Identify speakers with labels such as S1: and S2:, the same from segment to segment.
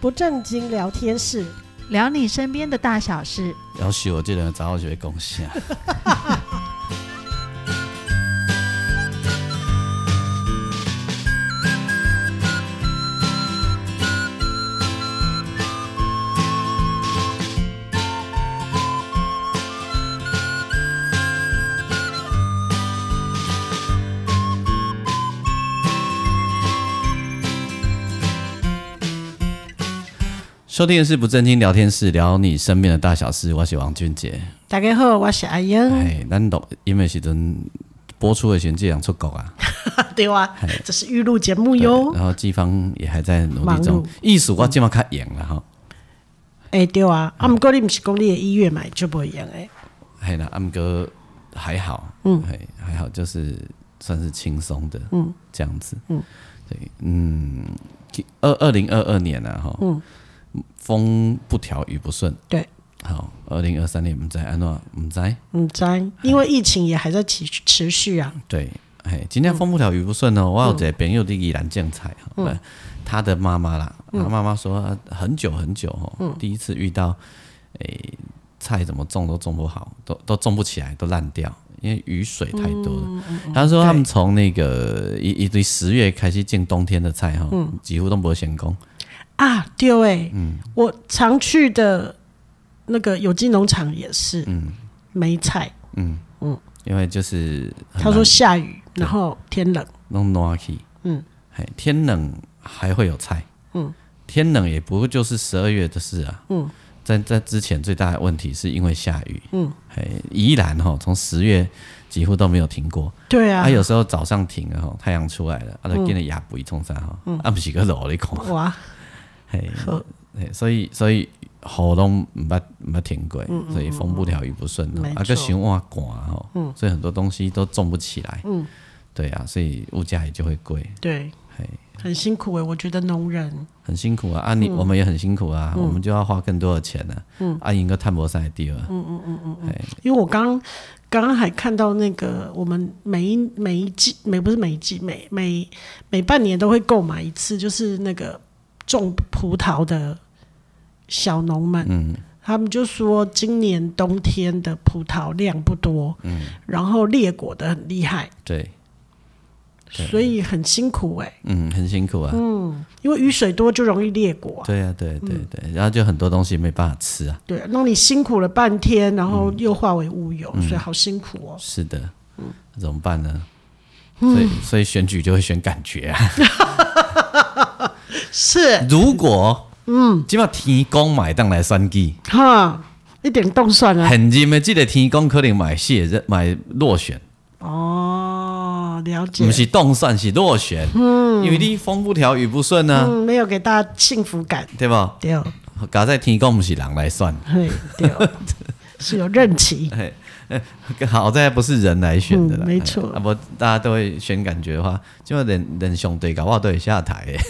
S1: 不正经聊天室，
S2: 聊你身边的大小事。
S3: 要是我这人早就会贡献。 收听的是不正经聊天室，聊你身边的大小事。我是王俊杰。
S1: 大家好，我是阿英，
S3: 哎、咱懂，因为时阵播出的选这两出狗啊，
S1: 对哇，这是预录节目
S3: 对
S1: 哟。
S3: 然后季方也还在努力
S1: 忙
S3: 中
S1: 碌。
S3: 艺术我今晚较赢了哈，
S1: 哎，对啊，啊，毋过你毋是讲你的医院买就不一样诶。
S3: 嘿啦，暗哥还好，嗯，嘿还好，就是算是轻松的，嗯，这样子，嗯，对，嗯，二二零二二年啊，哈，嗯，风不调雨不顺，
S1: 对，
S3: 好，二零二三年我们在安诺，我们在
S1: 毋知，因为疫情也还在持持续啊。
S3: 对，嘿，今天风不调雨不顺哦，我有一个朋友在宜兰建材，哈，他的妈妈啦，他妈妈说啊很久很久哦，第一次遇到，诶，菜怎么种都种不好，都都种不起来，都烂掉，因为雨水太多了。他说他们从那个一一堆十月开始进冬天的菜哈，几乎都没成功。
S1: 啊，对诶，我常去的那个有机农场也是，没菜。
S3: 因为就是很
S1: 他说
S3: 难
S1: 下雨，然后天冷，
S3: 弄暖气，嗯，嘿，天冷还会有菜，嗯，天冷也不过就是十二月的事啊，嗯，在在之前最大的问题是因为下雨，嗯，嘿，宜兰哈从十月几乎都没有停过，
S1: 对
S3: 它、
S1: 啊，
S3: 有时候早上停了哈，太阳出来了，啊，就变得牙不一冲啥哈，啊不是个落你看，
S1: 哇，
S3: 嘿，
S1: 好
S3: 嘿所以所以喉咙唔捌唔捌停过，所以风不调雨不顺哦
S1: 没，
S3: 啊个
S1: 错
S3: 想换寒吼，所以很多东西都种不起来，嗯，对啊，所以物价也就会贵。
S1: 对
S3: 嘿，
S1: 很辛苦诶，我觉得农人
S3: 很辛苦啊，啊你、我们也很辛苦啊，我们就要花更多的钱呢、啊。嗯，啊赢个探博赛第二，嗯
S1: 因为我刚刚刚还看到那个，我们每一每一季每不是每一季每每每半年都会购买一次，就是那个种葡萄的小农们，他们就说今年冬天的葡萄量不多，然后裂果的很厉害，
S3: 对，
S1: 所以很辛苦哎、
S3: 嗯，很辛苦啊，
S1: 因为雨水多就容易裂果啊、
S3: 对啊，对对对，然后就很多东西没办法吃啊，
S1: 对，那你辛苦了半天，然后又化为乌有，所以好辛苦哦。
S3: 是的，怎么办呢？所以所以选举就会选感觉 啊，
S1: 是
S3: 如果嗯，即码天公买当来选举，
S1: 哈，一点动算啊。
S3: 很认的，即个天公可能买卸任买落选，
S1: 哦，了解
S3: 不。是动算是落选，嗯，因为你风不调雨不顺啊，
S1: 嗯，没有给大家幸福感，
S3: 对吧？
S1: 对，
S3: 搞在天公不是人来算。
S1: 嘿，对，是有任 期，
S3: 哎，呃 好在不是人来选的啦，
S1: 嗯没错
S3: 哎啊不，大家都会选感觉的话，就人人兄弟搞不好都会下台 耶，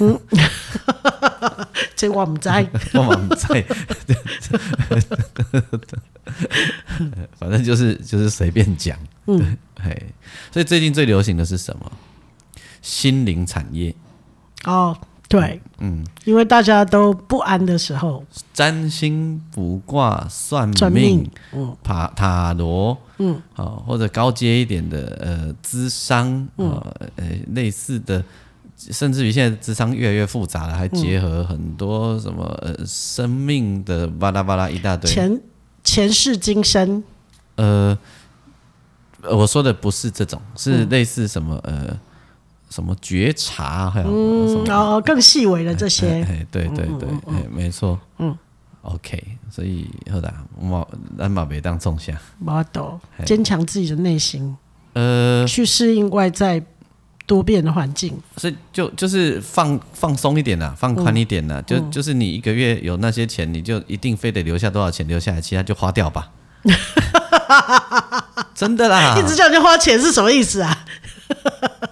S1: 这我们在
S3: 我们在， 反正就是就是随便讲，嗯，哎，所以最近最流行的是什么？心灵产业、
S1: 哦，对，嗯，因为大家都不安的时候，
S3: 占星、卜卦、算
S1: 算
S3: 命
S1: 命、嗯，
S3: 塔塔罗，嗯，好、或者高阶一点的呃，智商，呃，呃类似的，甚至于现在智商越来越复杂了，还结合很多什么呃生命的巴拉巴拉一大堆。
S1: 前前世今生，
S3: 呃，呃我说的不是这种，是类似什么、呃什么觉察，还有什么、
S1: 嗯，哦，更细微的这些，
S3: 哎，对对
S1: 嗯
S3: 对，哎，没错，嗯，OK，所以好啦，我咱嘛别当中下，
S1: 我懂，坚强自己的内心，
S3: 呃。
S1: 去适应外在多变的环境，
S3: 所以就就是放放松一点啦，放宽一点啦，
S1: 嗯
S3: 就就是你一个月有那些钱，你就一定非得留下多少钱留下来，其他就花掉 吧。真的啦
S1: 一，直叫人家花钱是什么意思啊？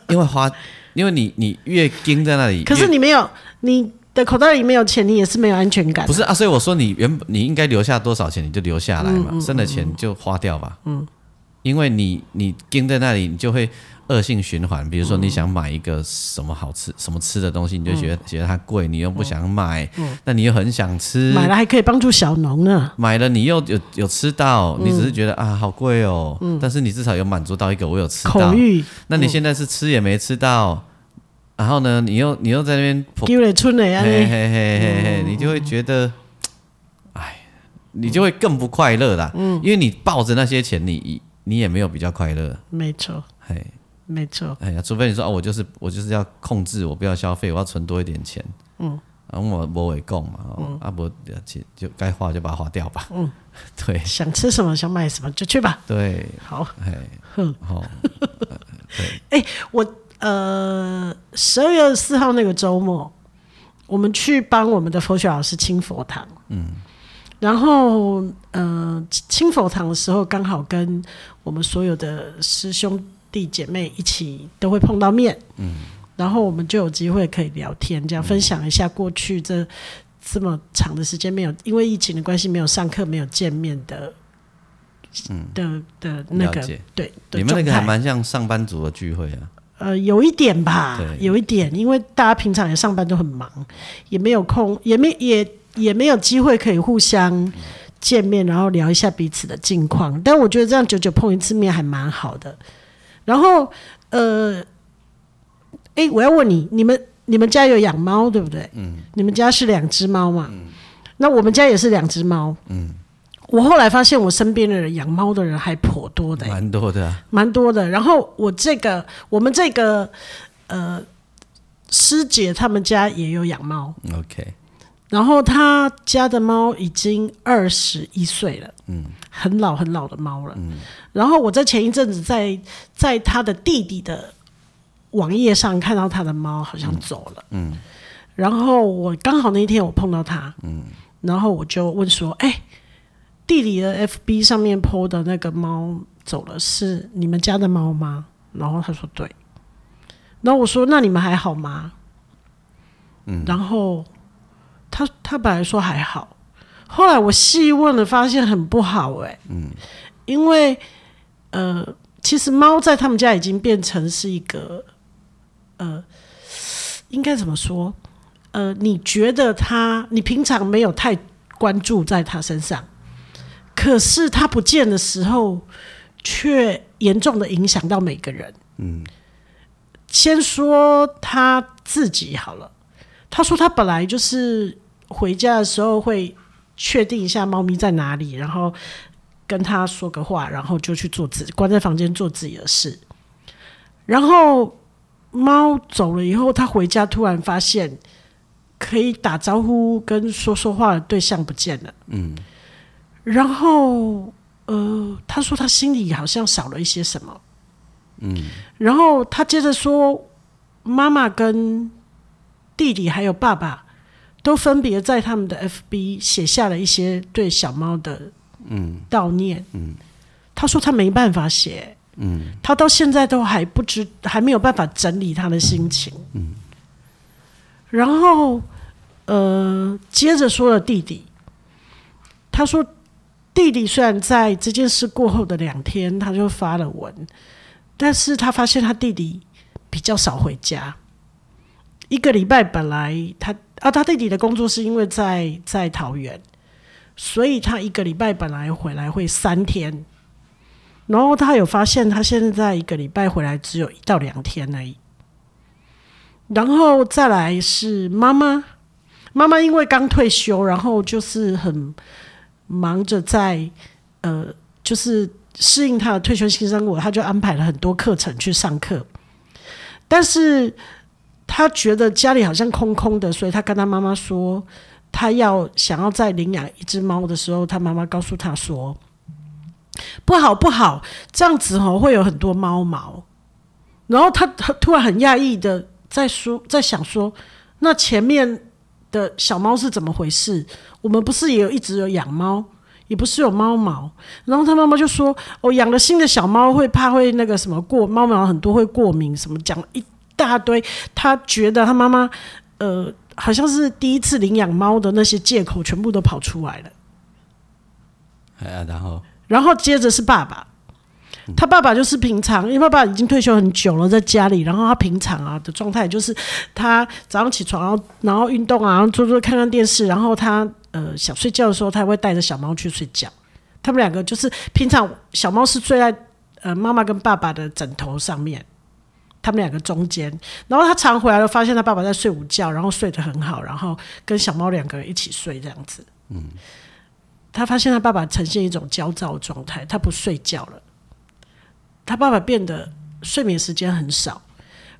S3: 因为花，因为你你越盯在那里，
S1: 可是
S3: 越
S1: 你没有，你的口袋里没有钱，你也是没有安全感
S3: 不，是啊，
S1: 嗯
S3: 所以我说你原本你应该留下多少钱你就留下来嘛，剩的钱就花掉吧。嗯，因为你你盯在那里，你就会恶性循环。比如说你想买一个什么好吃、什么吃的东西，你就
S1: 嗯
S3: 觉得、觉得它贵，你又不想买，那你又很想吃，
S1: 买了还可以帮助小农呢。
S3: 买了你又有有吃到，
S1: 嗯
S3: 你只是觉得、啊好贵哦，但是你至少有满足到一个我有吃到
S1: 口，欲
S3: 那你现在是吃也没吃到，然后呢，你又你又在那边婆
S1: 丢了村的啊，
S3: 嘿嘿嘿嘿嘿，你就会觉得，哎，你就会更不快乐啦。嗯，因为你抱着那些钱，你你也没有比较快乐。
S1: 没错，
S3: 嘿，
S1: 没错，
S3: 哎呀，除非你说哦，我就是我就是要控制，我不要消费，我要存多一点钱。嗯，啊，我我也供嘛，哦啊不，就就该花就把它花掉吧。嗯，对
S1: 想吃什么想买什么就去吧。
S3: 对，
S1: 好，
S3: 哎，好，
S1: 我呃，十二月四号那个周末，我们去帮我们的佛学老师清佛堂。嗯，然后呃，清佛堂的时候，刚好跟我们所有的师兄弟姐妹一起都会碰到面。嗯，然后我们就有机会可以聊天，
S3: 嗯
S1: 这样分享一下过去这这么长的时间没有因为疫情的关系没有上课没有见面的。的的那个
S3: 嗯了解
S1: 对，的
S3: 你们那个
S1: 状态
S3: 还蛮像上班族的聚会啊。
S1: 呃，有一点吧
S3: 对，
S1: 有一点，因为大家平常也上班都很忙，也没有空，也没也也没有机会可以互相见面，然后聊一下彼此的近况。但我觉得这样久久碰一次面还蛮好的。然后，呃，哎、我要问你，你们你们家有养猫对不对？嗯，你们家是两只猫嘛？嗯，那我们家也是两只猫。嗯，我后来发现我身边的人养猫的人还颇多的、
S3: 蛮多的啊、
S1: 蛮多的。然后我这个我们这个呃师姐他们家也有养猫，
S3: OK，
S1: 然后她家的猫已经二十一岁了，嗯，很老很老的猫了。然后我在前一阵子在在她的弟弟的网页上看到她的猫好像走了，嗯，然后我刚好那一天我碰到她，嗯，然后我就问说，哎、弟弟的 FB 上面 PO 的那个猫走了，是你们家的猫吗？然后他说对，然后我说那你们还好吗？嗯，然后他他本来说还好，后来我细问了，发现很不好哎、嗯，因为呃，其实猫在他们家已经变成是一个呃，应该怎么说？呃，你觉得它，你平常没有太关注在它身上，可是它不见的时候，却严重的影响到每个人。嗯，先说他自己好了，他说他本来就是回家的时候会确定一下猫咪在哪里，然后跟他说个话，然后就去做自己关在房间做自己的事。然后猫走了以后，他回家突然发现可以打招呼跟说说话的对象不见了。嗯，然后呃，他说他心里好像少了一些什么。嗯，然后他接着说，妈妈跟弟弟还有爸爸都分别在他们的 FB 写下了一些对小猫的嗯悼念。嗯，他说他没办法写。嗯，他到现在都还不知，还没有办法整理他的心情。嗯，然后呃，接着说了弟弟，他说弟弟虽然在这件事过后的两天，他就发了文，但是他发现他弟弟比较少回家。一个礼拜本来他啊，他弟弟的工作是因为在在桃园，所以他一个礼拜本来回来会三天，然后他有发现他现在一个礼拜回来只有一到两天而已。然后再来是妈妈，妈妈因为刚退休，然后就是很忙着在呃，就是适应她的退休新生活，她就安排了很多课程去上课，但是她觉得家里好像空空的，所以她跟她妈妈说，她要想要再领养一只猫的时候，她妈妈告诉她说。不好不好，这样子哦会有很多猫毛。然后她她突然很讶异的在说，在想说，那前面的小猫是怎么回事？我们不是也有一直有养猫，也不是有猫毛。然后他妈妈就说：“哦，养了新的小猫会怕会那个什么过猫毛很多会过敏什么，讲了一大堆。他觉得他妈妈呃，好像是第一次领养猫的那些借口全部都跑出来了。
S3: 哎呀，然后
S1: 然后接着是爸爸，他爸爸就是平常，因为爸爸已经退休很久了，在家里，然后他平常啊的状态就是他早上起床，然后然后运动啊，然后坐坐看看电视，然后他呃想睡觉的时候，他会带着小猫去睡觉。他们两个就是平常小猫是睡在呃妈妈跟爸爸的枕头上面，他们两个中间。然后他常回来了，发现他爸爸在睡午觉，然后睡得很好，然后跟小猫两个人一起睡这样子。嗯，他发现他爸爸呈现一种焦躁的状态，他不睡觉了，他爸爸变得睡眠时间很少，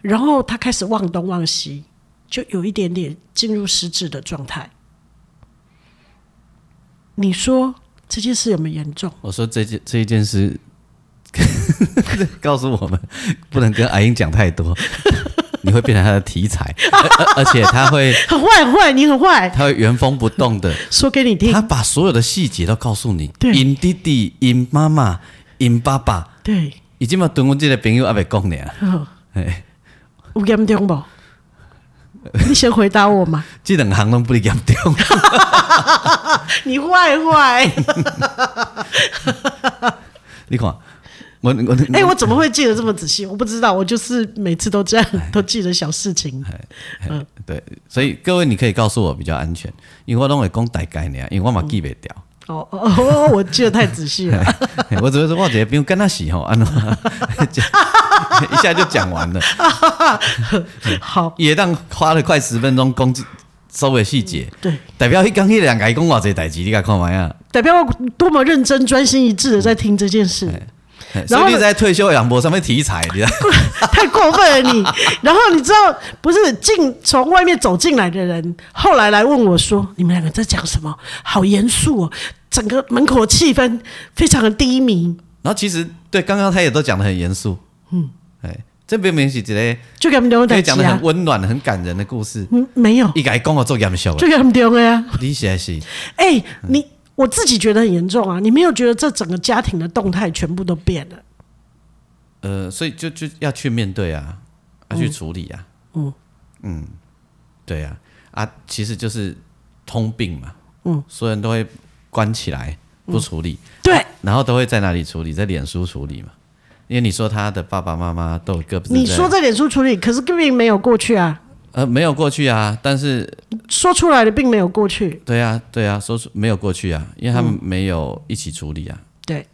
S1: 然后他开始忘东忘西，就有一点点进入失智的状态。你说这件事有没有严重？
S3: 我说这件这一件事， 告诉我们不能跟阿英讲太多，你会变成他的题材，而而而且他会
S1: 很坏，很坏，你很坏，
S3: 他会原封不动的，
S1: 说给你听
S3: 他。把所有的细节都告诉你，
S1: 对
S3: 因弟弟、因妈妈、因爸爸，
S1: 对，
S3: 已经嘛对我这个朋友还没讲呢，
S1: 嗯
S3: 哎，
S1: 有严重不？ 你先回答我嘛。
S3: 这两行都不严重。
S1: 你坏坏，
S3: 你看，我我
S1: 哎、我怎么会记得这么仔细？我不知道，我就是每次都这样，都记得小事情。
S3: 嘿对，所以各位你可以告诉我比较安全，因为我拢会讲大概呢，因为我嘛记袂掉。
S1: 哦哦哦，我记得太仔细 了。
S3: 嘿我只会说，我觉得不用跟他洗吼，安、啊、 一下就讲完了，
S1: 好，
S3: 也让花了快十分钟讲这收尾细节。
S1: 嗯对，
S3: 代表迄刚迄两个讲偌济代志，你甲看卖啊。
S1: 代表我多么认真、专心一致的在听这件事，
S3: 嘿
S1: 然后
S3: 所以你在退休养博上面题材，你知道？
S1: 太过分了你。然后你知道，不是进从外面走进来的人，后来来问我说：“你们两个在讲什么？好严肃哦！”整个门口的气氛非常的低迷，
S3: 然后其实对，刚刚他也都讲的很严肃，嗯，哎，这明明是一个
S1: 就给他们丢
S3: 可
S1: 在
S3: 以讲的
S1: 家
S3: 很。温暖、很感人的故事，
S1: 啊嗯，没有，
S3: 伊伊讲我做严肃的，
S1: 就给他们丢了呀。
S3: 你实在是。
S1: 哎、你我自己觉得很严重啊！你没有觉得这整个家庭的动态全部都变了？
S3: 呃，所以就就要去面对啊，要去处理啊，嗯嗯，对啊，啊，其实就是通病嘛，嗯，所有人都会关起来不处理，
S1: 对，
S3: 然后都会在哪里处理，在脸书处理嘛，因为你说他的爸爸妈妈都有各自在，
S1: 你说这脸书处理，可是并没有过去啊，
S3: 呃没有过去啊，但是
S1: 说出来的并没有过去。
S3: 对啊对啊，说出没有过去啊，因为他们没有一起处理啊，
S1: 对，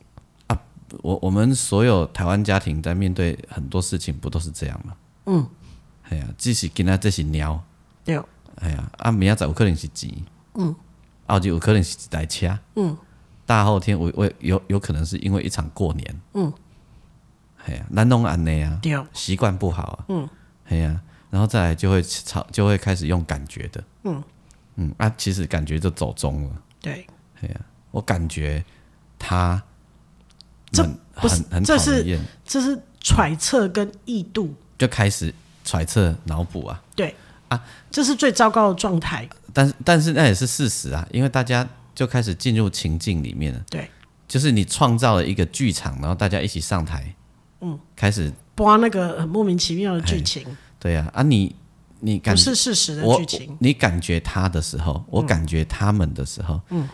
S3: 我我们所有台湾家庭在面对很多事情不都是这样吗？嗯，哎呀、只是今仔这是猫。
S1: 对哦，
S3: 哎呀，啊，明仔载有可能是钱，嗯，后日有可能是一台车，嗯，大后天我我有有可能是因为一场过年，嗯，哎呀，咱拢安尼啊，
S1: 对哦，
S3: 习惯不好啊，嗯，哎呀，然后再来就会吵，就会开始用感觉的，嗯嗯，啊，其实感觉就走中了，
S1: 对，
S3: 我感觉他
S1: 这
S3: 很
S1: 不是
S3: 很很
S1: 这
S3: 讨
S1: 是
S3: 人厌，
S1: 这是揣测跟臆度，
S3: 就开始揣测脑补啊，
S1: 对
S3: 啊，
S1: 这是最糟糕的状态。
S3: 但是但是那也是事实啊，因为大家就开始进入情境里面了。
S1: 对，
S3: 就是你创造了一个剧场，然后大家一起上台，嗯，开始
S1: 播那个很莫名其妙的剧情，
S3: 对呀啊，你你感
S1: 不是事实的
S3: 我
S1: 剧情，嗯
S3: 你感觉他的时候，我感觉他们的时候，嗯，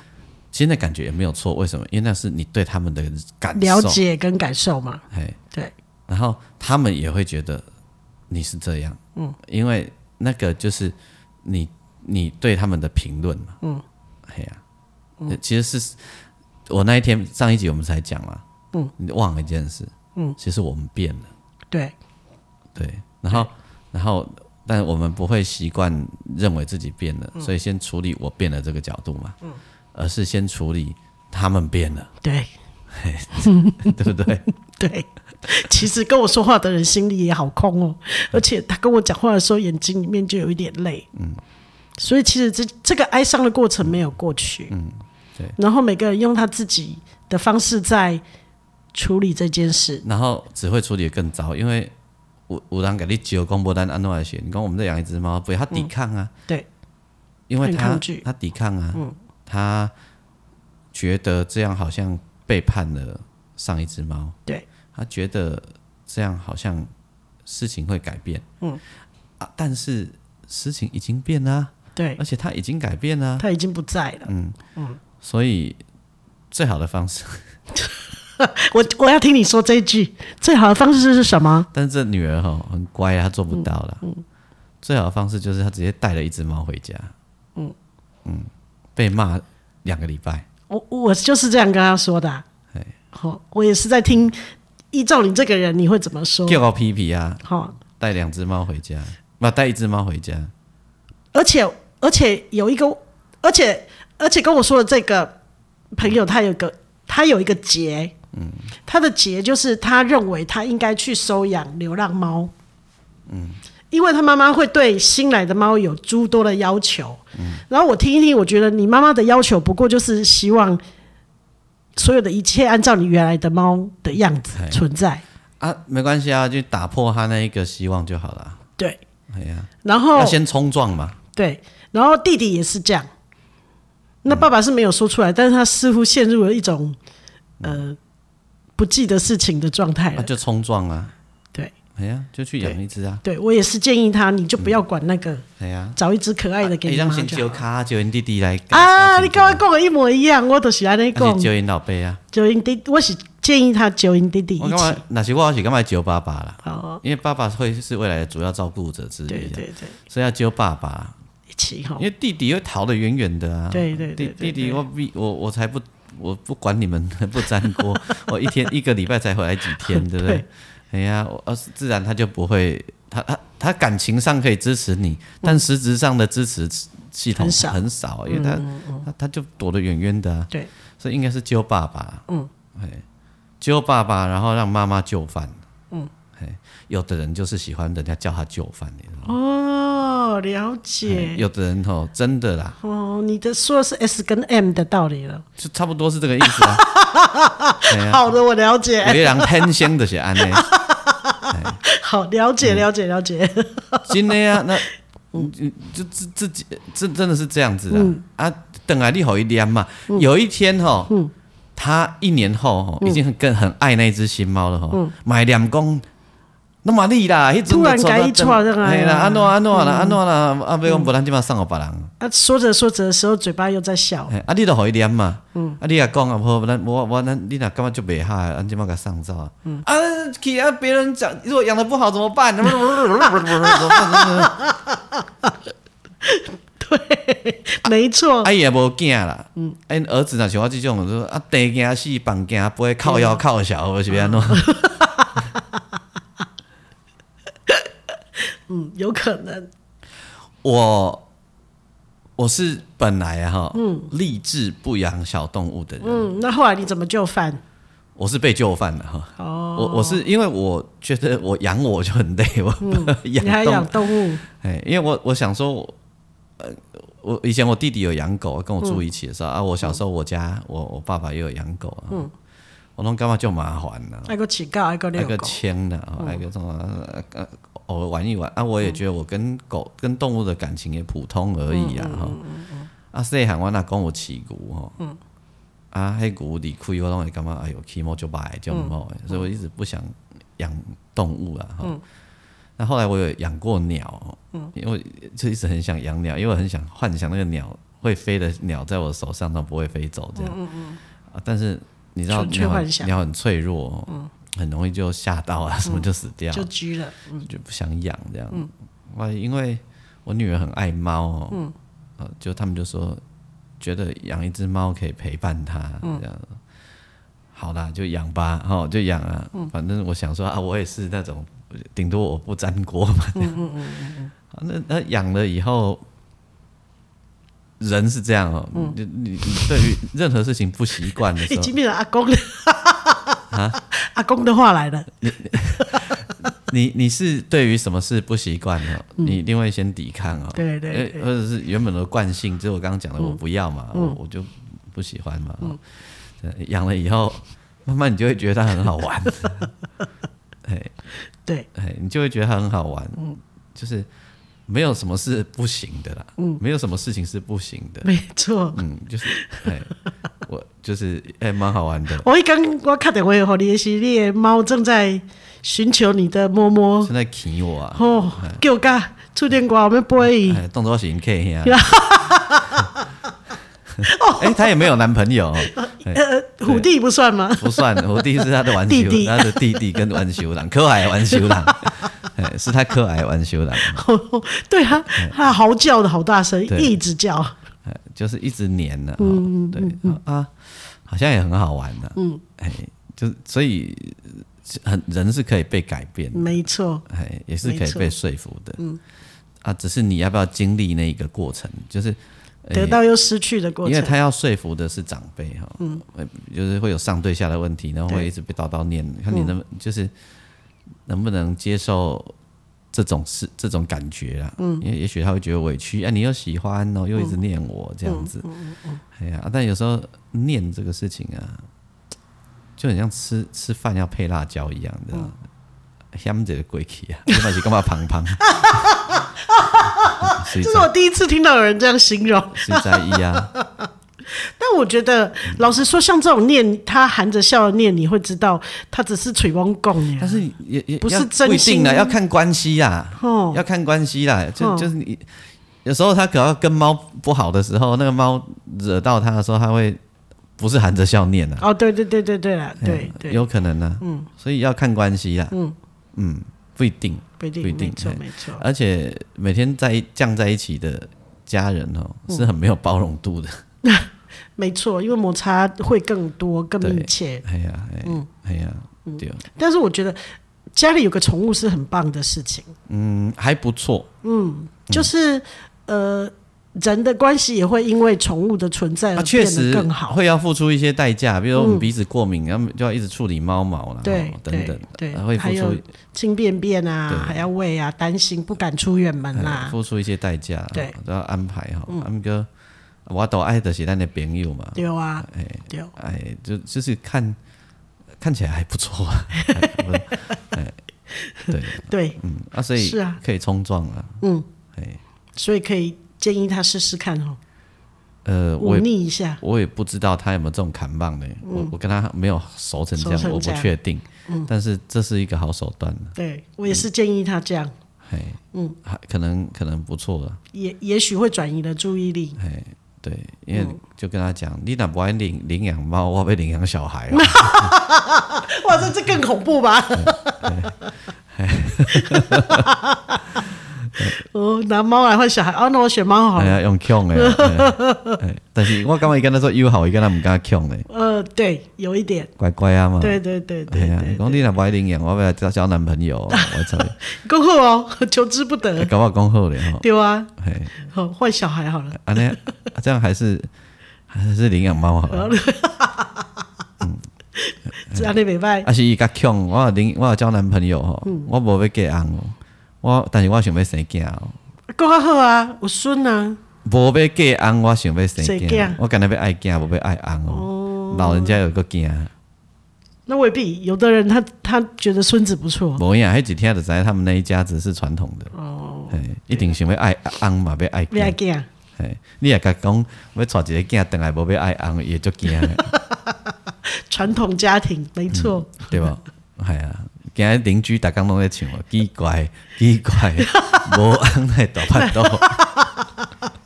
S3: 其实那感觉也没有错，为什么？因为那是你对他们的感受，
S1: 了解跟感受嘛。
S3: 哎，
S1: 对，
S3: 然后他们也会觉得你是这样，嗯，因为那个就是你你对他们的评论嘛，嗯，嘿呀、呃其实是我那一天上一集我们才讲嘛，嗯，你忘了一件事，嗯，其实我们变了，
S1: 对，
S3: 对，然后然后但我们不会习惯认为自己变了，所以先处理我变了这个角度嘛，嗯，而是先处理他们变了，
S1: 对，
S3: 对不对？
S1: 对，其实跟我说话的人心里也好空
S3: 嗯
S1: 哦，而且他跟我讲话的时候，眼睛里面就有一点泪。嗯，所以其实这这个哀伤的过程没有过去。嗯，
S3: 对。
S1: 然后每个人用他自己的方式在处理这件事。
S3: 然后只会处理得更糟，因为有有人给你揪公布单安诺来写，你看我们这养一只猫，不，它抵抗啊，
S1: 对，
S3: 因为
S1: 很
S3: 它
S1: 抗拒嗯
S3: 它抵抗啊，它觉得这样好像背叛了上一只猫，
S1: 对，
S3: 它觉得这样好像事情会改变，嗯啊，但是事情已经变啦、
S1: 对，
S3: 而且它已经改变啊啦、嗯
S1: 他已经不在了。
S3: 所以最好的方式
S1: 我我要听你说这一句，最好的方式是什么？
S3: 但是这女儿哈很乖啊，她做不到啦。
S1: 嗯
S3: 最好的方式就是她直接带了一只猫回家。嗯
S1: 嗯
S3: 被骂两个礼拜。
S1: 我我就是这样跟他说的、啊。好、我也是在听，依照你这个人，你会怎么说？
S3: 叫我皮皮啊，
S1: 好、
S3: 带两只猫回家，那带一只猫回家，
S1: 而且而且有一个，而且而且跟我说的这个朋友，他有一个他有一个结，嗯，他的结就是他认为他应该去收养流浪猫，嗯，因为他妈妈会对新来的猫有诸多的要求，嗯，然后我听一听，我觉得你妈妈的要求不过就是希望。所有的一切按照你原来的猫的样子
S3: 哎
S1: 存在，
S3: 啊，没关系啊，就打破他那一个希望就好了。
S1: 对。
S3: 哎呀、
S1: 然后
S3: 要先冲撞嘛。
S1: 对，然后弟弟也是这样。那爸爸是没有说出来，但是他似乎陷入了一种呃不记得事情的状态
S3: 那、
S1: 了。
S3: 就冲撞啊！
S1: 呃对，
S3: 哎呀，就去养一只啊！
S1: 对我也是建议他，你就不要管那个，
S3: 哎呀，
S1: 找一只可爱的给
S3: 你
S1: 你
S3: 让
S1: 妈
S3: 先
S1: 就
S3: 揪
S1: 好
S3: 卡，揪因弟弟来
S1: 啊，你跟我讲的一模一样，我都是安尼
S3: 那是
S1: 讲。
S3: 揪因老爸啊！
S1: 九英弟，我是建议他九英弟弟
S3: 我
S1: 一
S3: 干
S1: 起。
S3: 嘛？那是我是干嘛揪爸爸啦？
S1: 哦，
S3: 因为爸爸会是未来的主要照顾者之一啊，
S1: 对对对，
S3: 所以要揪爸爸。
S1: 一起哈
S3: 因。为弟弟会逃得远远的啊！
S1: 对对对
S3: 弟
S1: 对对
S3: 弟弟，我比我我才不我不管你们 不粘锅，我一天一个礼拜才回来几天，对不对
S1: 对？
S3: 哎呀，我呃自然他就不会，他他他感情上可以支持你，但实质上的支持系
S1: 嗯
S3: 统
S1: 很少嗯
S3: 很少，因为他他他就躲得远远的啊，
S1: 对，
S3: 所以应该是揪爸爸，嗯，哎，揪爸爸，然后让妈妈就范，嗯，哎，有的人就是喜欢人家叫他就范，你知道吗？
S1: 哦，了
S3: 哎
S1: 解。
S3: 有的人吼真的啦。
S1: 哦，你的说的是 S 跟 M 的道理了。
S3: 就差不多是这个意思啊。哎呀
S1: 好的，我了解。
S3: 有的人天生就是 安尼，
S1: 哦好，了
S3: 嗯
S1: 解，了解，了解。
S3: 真的啊，那嗯就自自己这真的是这样子
S1: 嗯
S3: 啊啊，等来你好一点嘛，有一天吼，
S1: 嗯
S3: 他一年后吼已经很更很爱那只新猫了吼，买两公。那么你啦，迄阵
S1: 嗯突然间一窜上来
S3: 哎啦，
S1: 啊嗯
S3: 安怎安怎啦，安怎啦，啊，不讲无咱即马送互别人，
S1: 啊，说着说着的时候，嘴巴又在笑。
S3: 哎，啊，你都互伊念嘛，
S1: 嗯
S3: 啊，你若讲啊，好，咱我我咱你若感觉就袂好，咱即马甲送走啊，
S1: 嗯
S3: 啊，去啊，别人讲，如果养的不好怎么 办？
S1: 没错，
S3: 啊，伊也无囝啦，嗯，啊，因儿子若像我即种，就啊，地惊死，房惊飞，啊靠腰靠小，我是要安怎？
S1: 嗯，有可能。
S3: 我我是本来啊哈，立志不养小动物的人，
S1: 嗯，那后来你怎么就范？
S3: 我是被就范的哈。哦，我我是因为我觉得我养我就很累，我不
S1: 嗯你还
S3: 养动物
S1: 养动物？
S3: 哎，因为我我想说，呃，我以前我弟弟有养狗，跟我住一起的时候、
S1: 嗯
S3: 啊，我小时候我家我我爸爸也有养狗啊，我弄干嘛就麻烦了、
S1: 爱个乞丐，爱个
S3: 那
S1: 遛
S3: 个
S1: 狗。
S3: 牵的啊，那个什么呃呃偶尔玩一玩啊，我也觉得我跟狗、跟动物的感情也普通而已啊哈。啊，细汉我那讲我饲牛吼，啊，迄牛离开我拢会感觉哎呦，起毛就白就唔好的，所以我一直不想养动物啊哈。那后来我有养过鸟哦，因为我就一直很想养鸟，因为我很想幻想那个鸟会飞的鸟在我手上，它不会飞走这样。啊，但是你知道
S1: 纯粹
S3: 鸟很
S1: 幻想
S3: 鸟很脆弱、哦，很容易就吓到啊，什么就死掉，
S1: 嗯就嗯狙了，
S3: 就不想养这样。哇、因为我女儿很爱猫哦，
S1: 嗯
S3: 呃就他们就说觉得养一只猫可以陪伴她
S1: 嗯
S3: 这样。好啦，就养吧，哦，就养啊。
S1: 嗯
S3: 反正我想说啊，我也是那种，顶多我不粘锅嘛。
S1: 嗯
S3: 这样啊 那那养了以后，人是这样哦，你你你对于任何事情不习惯的
S1: 嗯
S3: 时
S1: 已
S3: 候，
S1: 经变成阿 公了。
S3: 啊
S1: 阿公的话来了，
S3: 你你是对于什么事不习惯哦，你一定会先抵抗哦，
S1: 嗯对对对嗯
S3: 呃或者是原本的惯性，就是我刚刚讲的，我不要嘛，我我就不喜欢嘛。哦对养了以后，慢慢你就会觉得它很 好玩，哎
S1: 对，
S3: 哎，你就会觉得它很好玩，
S1: 嗯
S3: 就是没有什么是不行的啦，没有什么事情是不行的，
S1: 嗯没错。
S3: 嗯，就是哎， 我就是哎，蛮好玩的。
S1: 我一刚我看到我有好的系列猫正在寻求你的摸摸
S3: 现在骑我啊，哎
S1: 哦，给我干触电瓜，我们不会
S3: 哎，动作型 K 呀，啊 哎、她也没有男朋友，哦
S1: 呃，虎弟不算吗？
S3: 不算，我弟是她的玩修，
S1: 弟弟
S3: 她的弟弟跟玩修郎，可爱玩修 郎，哎是她可爱玩修郎，
S1: 对啊，他嚎叫的好大声，
S3: 嗯对
S1: 一直叫。
S3: 哎就是一直黏
S1: 嗯
S3: 的、哦，对、啊，好像也很好玩的、嗯，哎，就是所以很人是可以被改变的，
S1: 没错，
S3: 哎，也是可
S1: 没
S3: 以
S1: 错
S3: 被说服的。嗯，啊，只是你要不要经历那一个过程？就是，哎
S1: 得到又失去的过
S3: 因为
S1: 程。
S3: 他要说服的是长辈哈，嗯，就是会有上对下嗯的问题，然后会一直被叨叨念，看你能不就是能不能接受这种事这种感觉啦。嗯，也也许他会觉得委屈，啊，你又喜欢哦，又一直念我这样子，哎呀，啊但有时候念这个事情啊，就很像吃吃饭要配辣椒一样的。 下面这个鬼气啊，你嘛是干嘛胖 胖？是
S1: 这是我第一次听到有人这样形容，
S3: 是在意啊，
S1: 但我觉
S3: 嗯
S1: 得，老实说，像这种念，他含着笑的念，你会知道他只是吹光供啊呀
S3: 但。是也也
S1: 嗯不是
S3: 要
S1: 真
S3: 不一定
S1: 心
S3: 啦，要看关系呀，
S1: 哦，
S3: 要看关系啦，就
S1: 哦
S3: 就是你有时候他可能跟猫不好的时候，那个猫惹到他的时候，他会不是含着笑念啊，
S1: 哦，对对对对对啦，对
S3: 嗯
S1: 对，
S3: 有可能呢，嗯，所以要看关系啦，嗯嗯，不一定，
S1: 不一定，
S3: 不一定
S1: 没错
S3: 哎
S1: 没错。
S3: 而且每天在一犟在一起的家人哦，
S1: 嗯
S3: 是很没有包容度的，
S1: 没错，因为摩擦会更多、更
S3: 对
S1: 密切。
S3: 哎呀，哎
S1: 嗯
S3: 哎呀，对，
S1: 但是我觉得家里有个宠物是很棒的事情，
S3: 嗯，还不错，
S1: 就是呃，人的关系也会因为宠物的存在
S3: 啊，
S1: 而
S3: 确
S1: 变得
S3: 实
S1: 更好。嗯
S3: 会要付出一些代价，比如说我们鼻子过敏，然后就要一直处理猫毛啦，
S1: 对
S3: 哦等等，
S1: 对对
S3: 啊会付
S1: 还有
S3: 出
S1: 清便便
S3: 对
S1: 啊，还要喂啊，担心不敢出远门啊
S3: 哎
S1: 啦，
S3: 付出一些代价，
S1: 对嗯
S3: 哦都要安排哈。阿姆哥，我都爱的是咱的朋友嘛，
S1: 丢啊，丢。
S3: 哎，就就是看看起来还不错啊， 哎，不是哎
S1: 对，
S3: 对，嗯，啊，所以
S1: 是啊
S3: 可以冲撞啊，
S1: 所以可以建议他试试看哦，
S3: 呃，我
S1: 忤
S3: 也
S1: 逆一下。
S3: 我也不知道他有没有这种砍棒呢，我我跟他没有熟成
S1: 嗯
S3: 这
S1: 熟
S3: 样，
S1: 成
S3: 我
S1: 这
S3: 不
S1: 样嗯
S3: 确定，但是这是一个好手段呢。
S1: 对我也
S3: 嗯
S1: 是建议他这样，
S3: 哎，嗯，还可能可能不错啊了，
S1: 也也许会转移了注意力。
S3: 哎，对，因
S1: 嗯
S3: 为就跟他讲，你哪不爱领领养猫，我被领养小孩 哦，
S1: 哇，这这更恐怖吧？
S3: 哎
S1: 哦，拿猫来换小孩，哦，那我选猫好
S3: 哎
S1: 了。
S3: 呀，用强的啊，哎哎但是我刚刚跟他说友好，伊跟他唔敢强的，
S1: 呃，对，有一点，
S3: 乖乖啊嘛，
S1: 对对对
S3: 哎
S1: 对
S3: 呀，
S1: 对，
S3: 讲你哪不爱领养，我要交交男朋友哦，我操，
S1: 恭贺哦，求之不得，
S3: 搞我讲好了吼，
S1: 对啊，
S3: 哎，
S1: 好换小孩好了，
S3: 安尼啊这样还是还是领养猫好了，
S1: 这样你袂歹，
S3: 哎啊是伊较强，我有领我有交男朋友吼，
S1: 嗯
S3: 我无要嫁翁哦，我但是我想要生囝哦。
S1: 够较好啊，有孙啊，
S3: 无要嫁翁，我想要生
S1: 生
S3: 囝
S1: 囝，
S3: 我干那要爱囝，无要爱翁哦。老人家有个囝，
S1: 那未必，有的人他他觉得孙子不错，
S3: 无影，迄一天就知道他们那一家子是传统的哦，嘿一定想要爱翁嘛，要爱
S1: 你爱
S3: 囝。
S1: 惊啊？
S3: 嘿你也甲讲要娶一个囝，等来无要爱翁，伊会足惊的，
S1: 传统家庭没错，
S3: 嗯对无？系啊，今日邻居逐工拢在唱，奇怪奇怪，无翁来大巴肚，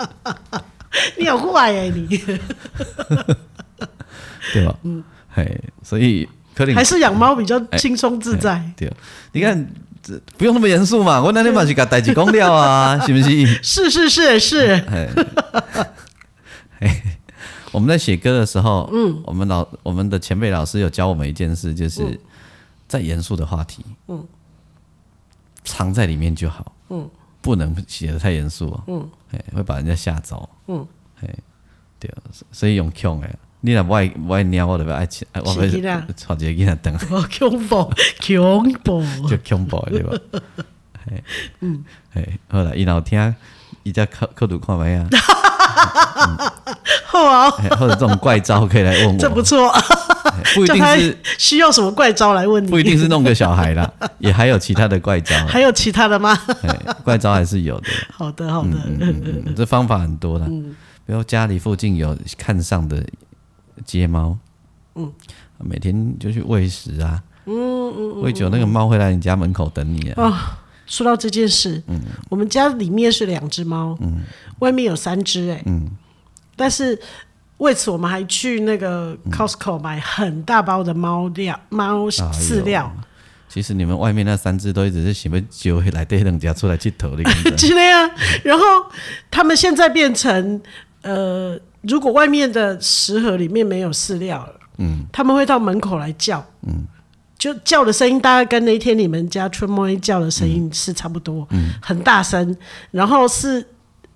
S1: 你好坏哎、 你，
S3: 对无？嗯，嘿，所以可能
S1: 还是养猫比较轻松自在。
S3: 对，你看这不用那么严肃嘛，我那天嘛是甲代志讲了啊， 是不是？
S1: 是是是是，
S3: 哎，哎我们在写歌的时候，嗯，我们老我们的前辈老师有教我们一件事，就是再严肃的话题，嗯，藏在里面就好，嗯，不能写的太严肃哦，嗯，哎，会把人家吓走，嗯，哎，对，所以用强哎，你若不爱不爱鸟，我就不爱请，我不
S1: 是囡仔
S3: 吵一个囡仔等。
S1: 我哦恐怖恐怖，
S3: 就恐怖的对吧？嗯，嘿，好啦，伊若有听，伊再考考虑看卖啊，
S1: 好啊，
S3: 嘿或者这种怪招可以来 问
S1: 这不
S3: 我，
S1: 错，
S3: 嘿不一
S1: 叫
S3: 定
S1: 他
S3: 是
S1: 需要什么怪招来问
S3: 不一
S1: 你？
S3: 定是弄个小孩 啦，也还有其他的怪招，啊
S1: 还有其他的吗？
S3: 嘿怪招还是有的，
S1: 好的好的，
S3: 嗯嗯嗯，这方法很多啦，比如家里附近有看上的街猫，嗯，每天就去喂食啊，嗯嗯，喂久那个猫会来你家门口等你啊，
S1: 说到这件事，欸我们家里面是两只猫，外面有三只哎、但是为此，我们还去那个 Costco 买很大包的猫料、猫饲料，
S3: 其实你们外面那三只都一直是想要招来对人家出来剃头的，
S1: 之类啊。然后他们现在变成，呃，如果外面的食盒里面没有饲料了，嗯，他们会到门口来叫，嗯，就叫的声音大概跟那天你们家春梦叫的声音是差不多，嗯，很大声，然后是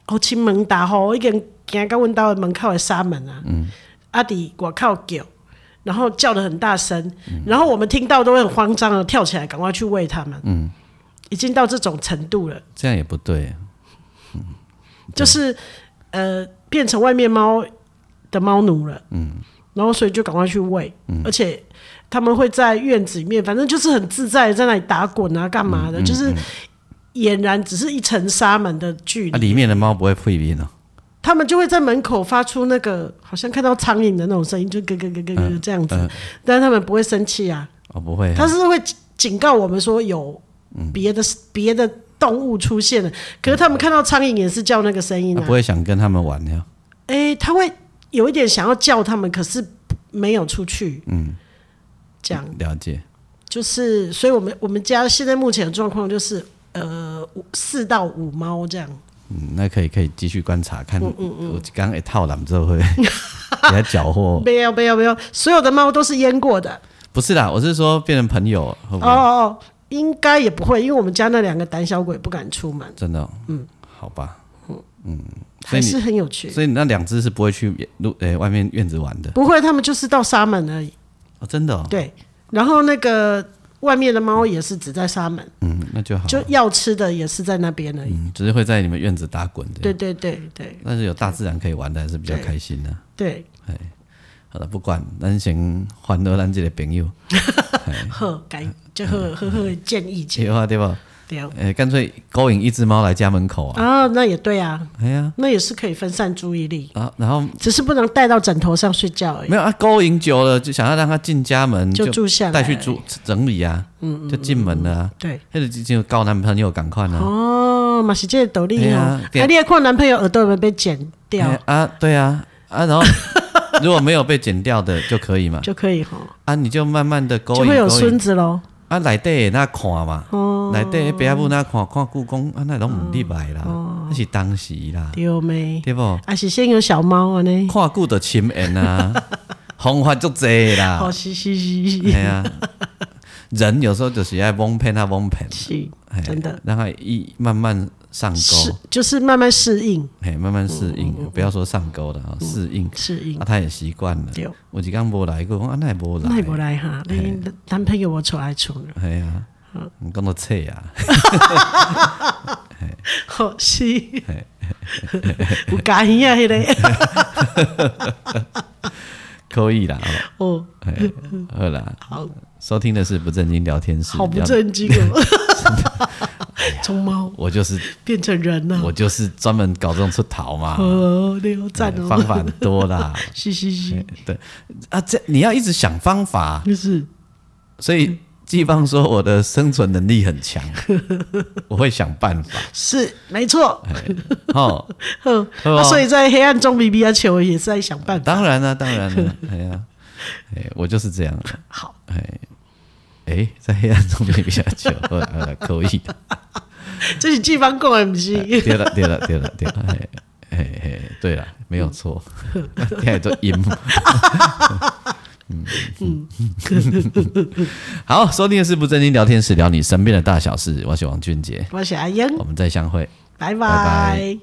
S1: 哦，亲门打吼，一个人行到阮家的门口的纱门啊，嗯，阿弟我靠叫。然后叫的很大声，然后我们听到都会很慌张的啊跳起来，赶快去喂他们。嗯，已经到这种程度了。
S3: 这样也不对。啊
S1: 就是呃变成外面猫的猫奴了，嗯，然后所以就赶快去喂，
S3: 嗯
S1: 而且他们会在院子里面，反正就是很自在，在那里打滚啊，干嘛
S3: 嗯
S1: 的，就是俨然只是一层纱门的距
S3: 啊，
S1: 离，
S3: 里面的猫不会配音哦，
S1: 他们就会在门口发出那个好像看到苍蝇的那种声音，就咯咯咯咯
S3: 嗯
S1: 咯这样子，但是他们不会生气啊，
S3: 哦不会啊，
S1: 他是会警告我们说有
S3: 嗯
S1: 别的别的。动物出现了，可是他们看到苍蝇也是叫那个声音
S3: 它
S1: 啊
S3: 嗯不，会想跟他们玩的。
S1: 诶，他会有一点想要叫他们，可是没有出去。嗯，这样
S3: 了解，
S1: 就是，所以我们我们家现在目前的状况就是，呃，五四到五猫这样。
S3: 嗯，那可以可以继续观察
S1: 嗯
S3: 看。我刚一套懒之后会 给它缴获，
S1: 没有没有没有，所有的猫都是腌过的。
S3: 不是啦，我是说变成朋友会不
S1: 哦
S3: 会？
S1: 哦哦，应该也不会，因为我们家那两个胆小鬼不敢出门，
S3: 真的哦，嗯，好吧，所
S1: 还
S3: 以你
S1: 是很有趣。
S3: 所以你那两只是不会去野路诶外面院子玩的
S1: 不会，他们就是到沙门而已。
S3: 哦，真的哦，
S1: 对，然后那个外面的猫也是只在沙门，
S3: 嗯，那就好，
S1: 就要吃的也是在那边而已。
S3: 嗯，只是会在你们院子打滚的，
S1: 对对对对
S3: 但是有大自然可以玩的还是比较开心的、
S1: 对，
S3: 好了，不管，咱先欢乐咱这个朋友，
S1: 呵，改就呵呵呵建议建议
S3: 嗯对啊，对吧？
S1: 对啊，
S3: 诶、干脆勾引一只猫来家门口啊！
S1: 啊，那也对啊，
S3: 哎呀，
S1: 那也是可以分散注意力，
S3: 啊，然后
S1: 只是不能带到枕头上睡觉而已
S3: 没，有啊，勾引久了就想要让它进家门，就
S1: 就住下来嗯
S3: 带去煮整理啊，就进门了、啊。
S1: 对。
S3: 那就就告男朋友赶快呢。
S1: 哦，马西这个斗笠
S3: 啊
S1: 哦，
S3: 对啊
S1: 啊，你也看男朋友耳朵有没有被剪掉、
S3: 哎啊，对啊，啊，然后 如果没有被剪掉的就可以嘛。
S1: 就可以吼，
S3: 啊，你就慢慢的勾
S1: 就
S3: 引
S1: 会有
S3: 勾
S1: 孙
S3: 引。
S1: 子哦喽。
S3: 啊，内底也那看嘛，内底别不那看看故宫，啊，那拢唔入来啦，
S1: 哦
S3: 那是当时啦，
S1: 丢哦妹，
S3: 对不？
S1: 还是先有小猫啊呢？
S3: 看久就深 缘啊，方法足济啦
S1: 哦，，是是是
S3: 系
S1: 是
S3: 啊。人有时候就是爱蒙骗啊蒙骗，
S1: 是，
S3: 嘿
S1: 真的
S3: 让他一慢慢上
S1: 是
S3: 钩，
S1: 就是慢慢适应，
S3: 嘿，慢慢适
S1: 嗯
S3: 应，不要说上钩了啊，适应，
S1: 适应
S3: 啊，他也习惯了。
S1: 丢。
S3: 有一刚无来过，我讲啊，那也无来
S1: 那，也不来哈，你男朋友我出来出了，
S3: 系啊，
S1: 嗯
S3: 你讲到册啊，
S1: 好是，有加音啊，迄个。
S3: 可以啦，
S1: 哦，
S3: 哦嘿好啦，
S1: 好
S3: 收听的是不正经聊天室，
S1: 好不
S3: 聊，
S1: 正经哦，从猫
S3: 我就是
S1: 变成人了
S3: 我，就是专门搞这种出逃嘛，
S1: 哦，六赞
S3: 嘿方
S1: 哦，
S3: 法很 多啦，
S1: 嘻嘻嘻，
S3: 对啊，这你要一直想方法，
S1: 就是
S3: 所以季芳说我的生存能力 很强，我会想办法。
S1: 是没错，
S3: 哦，
S1: 哼，
S3: 好啊
S1: 啊所以在黑暗中迷迷啊球也是在想办法，
S3: 当然了、当然了、哎呀，哎，我就是这样。
S1: 好，
S3: 哎哎，在黑暗中被比较久，好啦好啦可以的。
S1: 这是地方过的不是？
S3: 对了对了对了对了，哎哎哎，对了，没有错， 现在都阴谋。 嗯，好，收听的是不正经聊天室，聊你身边的大小事。我是王俊杰，
S1: 我是阿英，
S3: 我们再相会。
S1: 拜
S3: 哦拜
S1: 拜。